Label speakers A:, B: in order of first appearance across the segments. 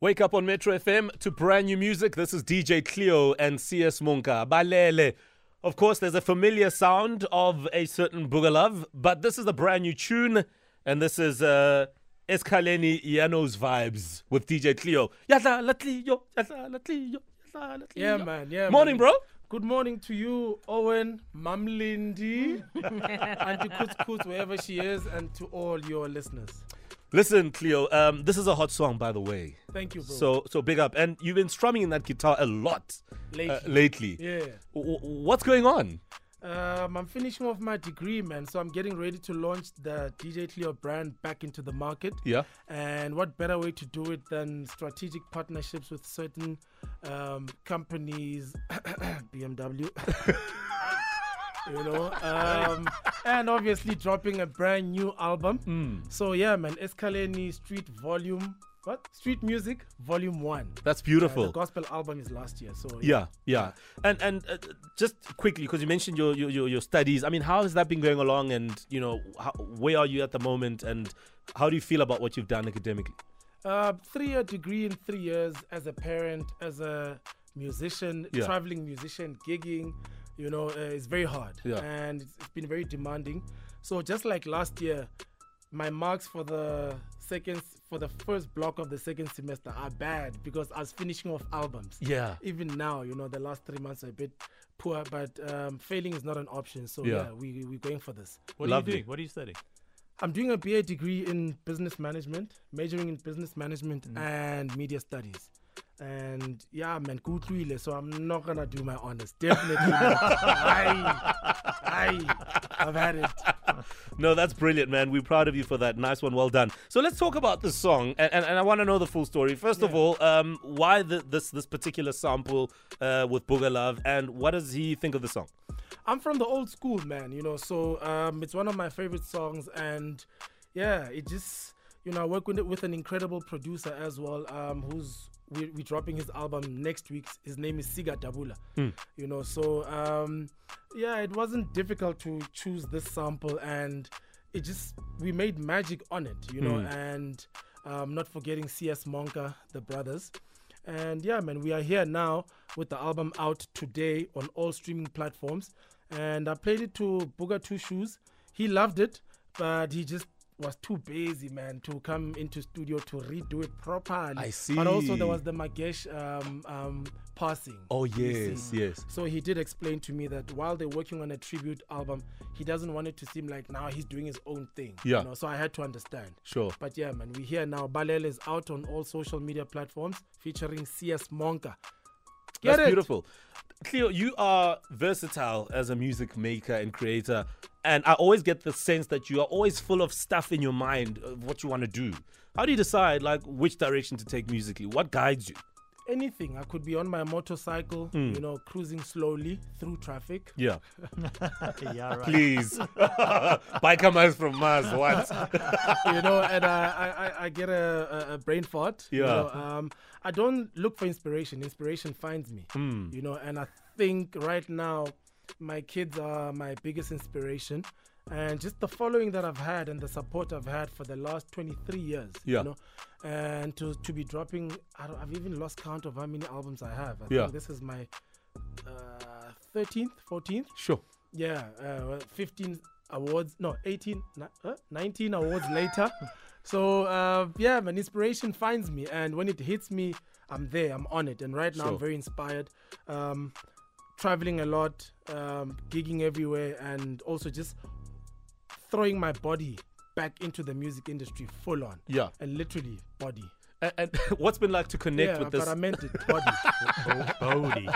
A: Wake up on Metro FM to brand new music. This is DJ Cleo and CS Munka. Balele. Of course, there's a familiar sound of a certain Boogalove, but this is a brand new tune, and this is uh, Eskaleni Yano's vibes with DJ Cleo. Yata la Cleo, yata la Cleo, yata la Cleo.
B: Yeah, man. Yeah.
A: Morning,
B: man.
A: bro.
B: Good morning to you, Owen, Mam Lindy, Auntie Kutz Kutz, wherever she is, and to all your listeners.
A: Listen, Cleo, um, this is a hot song, by the way.
B: Thank you, bro.
A: So, so big up. And you've been strumming that guitar a lot
B: Lately.
A: uh, lately.
B: yeah.
A: W- w- what's going on?
B: Um, I'm finishing off my degree, man. So I'm getting ready to launch the DJ Cleo brand back into the market.
A: Yeah.
B: And what better way to do it than strategic partnerships with certain um, companies, BMW. you know, um, and obviously dropping a brand new album. So yeah, man, Escaleni Street Volume. What? Street Music Volume One.
A: That's
B: Uh,
A: beautiful.
B: the gospel album is last year. So
A: Yeah, yeah, and and uh, just quickly because you mentioned your, your your your studies. I mean, how has that been going along? And you know, how, where are you at the moment? And how do you feel about what you've done academically?
B: Uh, three year degree in three years as a parent, as a musician,
A: Yeah.
B: traveling musician, gigging, you know, uh, it's very hard.
A: Yeah.
B: And it's it's been very demanding. So just like last year, my marks for the second for the first block of the second semester are bad because I was finishing off albums.
A: Yeah,
B: Even now, you know, the last three months are a bit poor, but um, failing is not an option. So
A: Yeah.
B: yeah, we, we're going for this.
C: What
A: Lovely.
C: are you doing? What are you studying?
B: I'm doing a BA degree in business management, majoring in business management
C: Mm.
B: and media studies. And yeah, man, good really. So I'm not gonna do my honors. Definitely. not. I, I, I've had it.
A: no, that's brilliant, man. We're proud of you for that. Nice one, well done. So let's talk about this song, and and, and I want to know the full story. First of all, um, why the, this this particular sample uh, with Booger Love, and what does he think of the song?
B: I'm from the old school, man. You know, so um, it's one of my favorite songs, and yeah, it just you know I work with with an incredible producer as well, um, who's we we dropping his album next week. His name is Siga Dabula. You know, so um, yeah, it wasn't difficult to choose this sample, and it just we made magic on it. You know, and um, not forgetting CS Monka, the brothers. And yeah, man, we are here now with the album out today on all streaming platforms. And I played it to Booger Two Shoes. He loved it, but he just was too busy, man, to come into studio to redo it properly.
A: I
B: But also
A: see.
B: there was the Magesh um, um, passing. You
A: Oh,
B: see.
A: yes.
B: So he did explain to me that while they're working on a tribute album, he doesn't want it to seem like now he's doing his own thing.
A: Yeah.
B: You know? So I had to understand.
A: Sure.
B: But yeah, man, we here now. Balel is out on all social media platforms featuring CS Monka. Get
A: That's
B: it?
A: beautiful. Cleo, you are versatile as a music maker and creator. And I always get the sense that you are always full of stuff in your mind of what you want to do. How do you decide like which direction to take musically? What guides you?
B: Anything. I could be on my motorcycle,
A: Mm.
B: you know, cruising slowly through traffic.
A: Yeah.
C: yeah, right.
A: Please. Biker miles from Mars. What?
B: you know, and I, I- I, I get a, a- a brain fart. you
A: Yeah.
B: know, um, I don't look for inspiration. Inspiration finds me.
A: Hmm.
B: You know, and I think right now, my kids are my biggest inspiration. And just the following that I've had and the support I've had for the last 23 years,
A: Yeah.
B: you know, and to, to be dropping, I don't, I've even lost count of how many albums I have. I
A: Yeah.
B: think this is my uh, 13th, 14th.
A: Sure.
B: Yeah, uh, well, 15 awards, no, 18, ni- huh? 19 awards later. So, uh, yeah, man, inspiration finds me. And when it hits me, I'm there, I'm on it. And right now,
A: Sure.
B: I'm very inspired. Um, traveling a lot, um, gigging everywhere, and also just throwing my body back into the music industry full on.
A: Yeah.
B: And literally, body.
A: And, and what's been like to connect
B: yeah,
A: with
B: but
A: this?
B: I meant it, body.
C: Bodhi.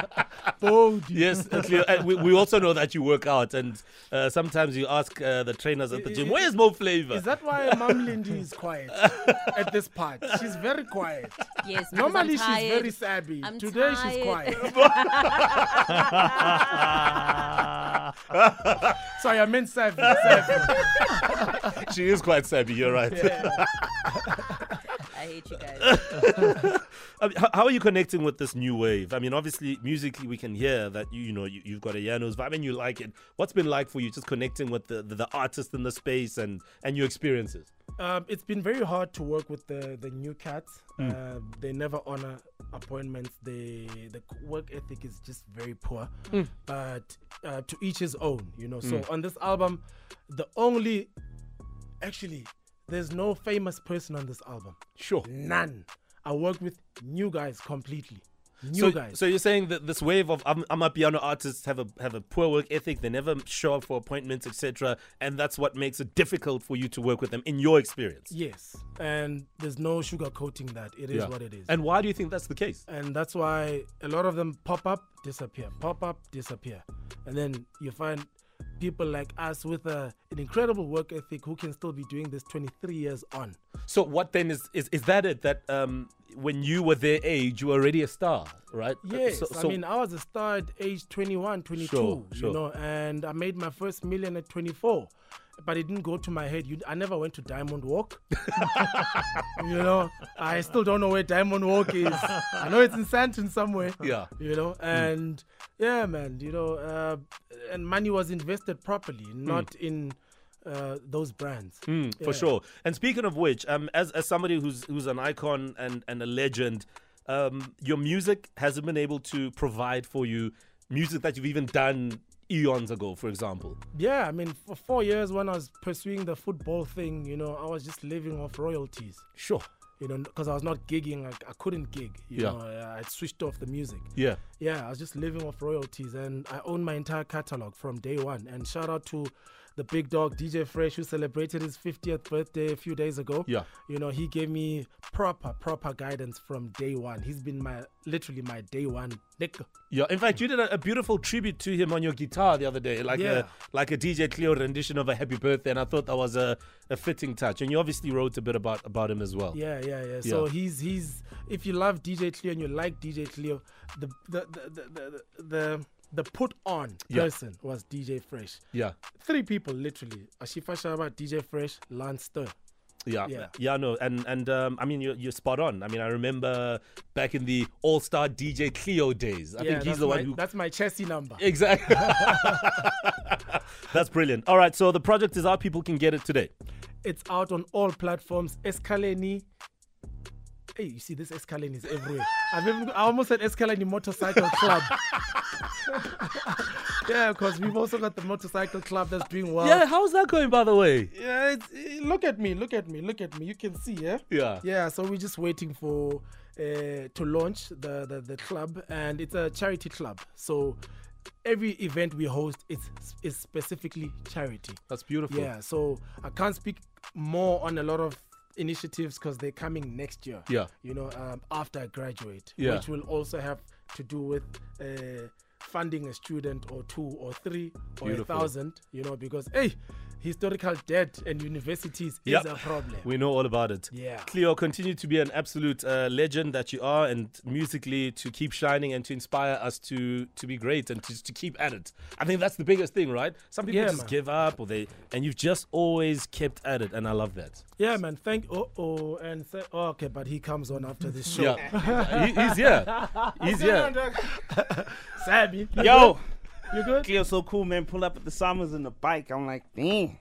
B: body.
A: Yes, uh, Cleo, and we, we also know that you work out, and uh, sometimes you ask uh, the trainers at the gym, "Where's more flavor?"
B: Is that why Mom Lindy is quiet at this part? She's very quiet.
D: Yes, because
B: Normally
D: I'm
B: she's
D: tired.
B: very savvy.
D: I'm
B: Today she's
D: tired.
B: quiet. Sorry, I meant savvy. savvy.
A: she is quite savvy. You're right.
D: I appreciate you guys.
A: I mean, h- how are you connecting with this new wave? I mean, obviously, musically, we can hear that you, you know you, you've got a Yano's vibe and you like it. What's been like for you just connecting with the, the, the artist in the space and and your experiences?
B: Um, it's been very hard to work with the, the new cats.
A: Hmm.
B: Uh, they never honor appointments. They the c- work ethic is just very poor.
A: Hmm.
B: But uh, to each his own, you know. So on this album, the only actually there's no famous person on this album.
A: Sure.
B: None. I work with new guys completely. New
A: So,
B: guys.
A: so you're saying that this wave of um, Amapiano artists have a have a poor work ethic. They never show up for appointments, etc. And that's what makes it difficult for you to work with them, in your experience.
B: yes, and there's no sugarcoating that. It is what it is.
A: And why do you think that's the case?
B: and that's why a lot of them pop up, disappear, pop up, disappear, and then you find people like us with a, an incredible work ethic who can still be doing this 23 years on.
A: So what then is is, is that it? That um, when you were their age, you were already a star, right? Uh,
B: Yes,
A: so-
B: I
A: so-
B: mean I was a star at age 21, 22,
A: Sure, sure.
B: you know, and I made my first million at 24. But it didn't go to my head. You, I never went to Diamond Walk. you know, I still don't know where Diamond Walk is. I know it's in Santon somewhere.
A: Yeah. Hmm.
B: You know, and yeah, man, you know, uh, and money was invested properly,
A: Hmm.
B: not in uh, those brands.
A: Mm, For sure. And speaking of which, um, as, as somebody who's who's an icon and, and a legend, um, your music hasn't been able to provide for you music that you've even done eons ago, for example.
B: Yeah, I mean, for four years when I was pursuing the football thing, you know, I was just living off royalties.
A: Sure.
B: you know, because I was not gigging, I, I couldn't gig. You
A: Yeah.
B: know, I, I switched off the music.
A: Yeah.
B: Yeah, I was just living off royalties, and I own my entire catalog from day one. And shout out to the big dog DJ Fresh, who celebrated his 50th birthday a few days ago.
A: Yeah.
B: you know, he gave me proper, proper guidance from day one. He's been my literally my day one nigga.
A: Yeah. In fact, you did a, a beautiful tribute to him on your guitar the other day, like
B: Yeah.
A: a like a DJ Cleo rendition of a happy birthday, and I thought that was a, a fitting touch. And you obviously wrote a bit about about him as well.
B: Yeah, yeah, yeah. So
A: Yeah.
B: he's he's if you love DJ Cleo and you like DJ Cleo, the the the the the, the, the put on
A: Yeah.
B: person was DJ Fresh.
A: Yeah.
B: three people literally Ashifa Shaba, DJ Fresh, Lance Stir.
A: Yeah, yeah,
B: Yeah.
A: no, and and um, I mean you're, you're spot on. I mean I remember back in the All Star DJ Cleo days. I think he's
B: that's
A: the
B: my-
A: one who
B: That's my chassis number.
A: exactly. that's brilliant. All right, so the project is out. People can get it today.
B: It's out on all platforms. Escaleni. Hey, you see, this Escaleni is everywhere. I've even, I almost said Escaleni Motorcycle Club. yeah, because we've also got the motorcycle club that's doing well.
A: yeah, how's that going by the way?
B: Yeah, it's, eh, look at me, look at me, look at me. You can see, yeah?
A: Yeah.
B: Yeah, so we're just waiting for uh, to launch the, the the club, and it's a charity club. So every event we host is is specifically charity.
A: That's beautiful.
B: Yeah, so I can't speak more on a lot of initiatives because they're coming next year.
A: Yeah.
B: you know, um, after I graduate,
A: Yeah.
B: which will also have to do with. Uh, funding a student or two or three or
A: Beautiful.
B: a thousand you know because hey historical debt and universities
A: Yep.
B: is a problem
A: We know all about it.
B: Yeah.
A: Cleo, continue to be an absolute uh, legend that you are, and musically to keep shining and to inspire us to to be great and to, to keep at it. I think that's the biggest thing, right? Some people
B: Yeah,
A: just
B: man.
A: give up, or they, and you've just always kept at it, and I love that.
B: Yeah, man. Thank. Oh, oh, and say, oh, okay, but he comes on after this show.
A: Yeah, he, he's here. He's here.
B: Sammy. you
E: Yo,
B: good? you good?
E: Cleo, so cool, man. Pull up at the summers in the bike. I'm like, damn.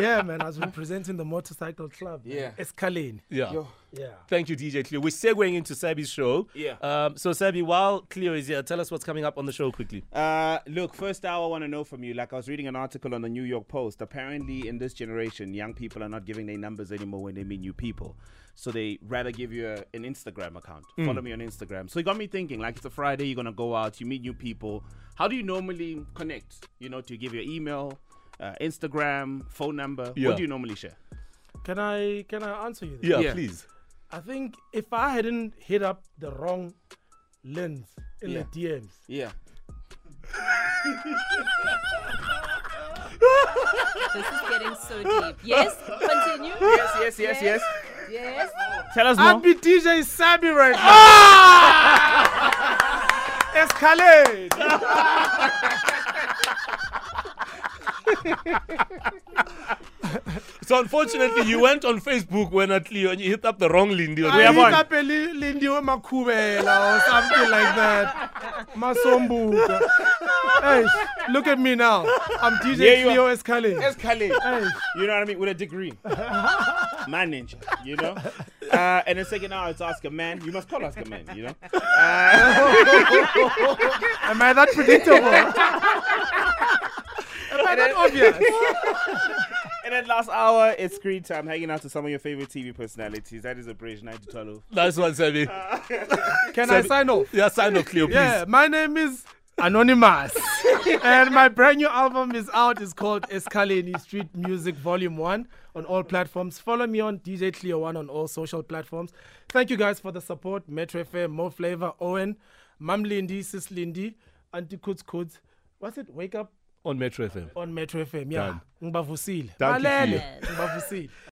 B: Yeah, man. I was representing the motorcycle club. man.
E: Yeah.
B: Escalade.
A: Yeah.
B: Yeah.
A: Thank you, DJ Cleo. We're segueing into Sabi's show.
E: Yeah.
A: Um, so, Sabi, while Cleo is here, tell us what's coming up on the show quickly.
E: Uh, look, first hour, I want to know from you. Like, I was reading an article on the New York Post. Apparently, in this generation, young people are not giving their numbers anymore when they meet new people. So they rather give you a, an Instagram account. Follow me on Instagram. So it got me thinking. Like, it's a Friday. You're gonna go out. You meet new people. How do you normally connect? You know, do you give your email, uh, Instagram, phone number?
A: Yeah.
E: What do you normally share?
B: Can I can I answer you? Then?
A: Yeah,
E: Yeah.
A: please.
B: I think if I hadn't hit up the wrong lens in
E: Yeah.
B: the DMs,
E: Yeah.
D: This is getting so deep. Yes, continue.
E: Yes, yes, yes, yes.
D: Yes.
E: Tell us
B: I'd
E: more.
B: be DJ Sammy right now. Escalade.
A: So So unfortunately, you went on Facebook when at Leo and you hit up the wrong Lindy.
B: I hit up a Li- Lindiwe Makubela or something like that. Masombuka. Hey, look at me now. I'm
E: Yeah,
B: DJ
E: you are.
B: Cleo Escalade.
E: It's Khalid. You know what I mean? With a degree. My ninja, you know? Uh, and then second hour, it's Oscar Man. You must call Oscar Man, you know?
B: Am I that predictable? Am I that obvious?
E: And then last hour, it's screen time, hanging out to some of your favorite TV personalities. That is a bridge 9 to 12.
A: That's one, Sammy.
B: Can I sign off?
A: Yeah, sign of Cleo, please.
B: Yeah, my name is Anonymous. and my brand new album is out. It's called Escalini Street Music Volume 1 on all platforms. Follow me on DJ Cleo 1 on all social platforms. Thank you guys for the support. Metro FM, More Flavor, Owen, Mum Lindy, Sis Lindy, Auntie Kuds Kuds. What's it? Wake up
A: On Metro FM.
B: on Metro FM. Yeah.
A: Done.
B: Ngibavusile.
A: Dankie,
B: Balele.
A: Cleo.
B: Ngibavusile.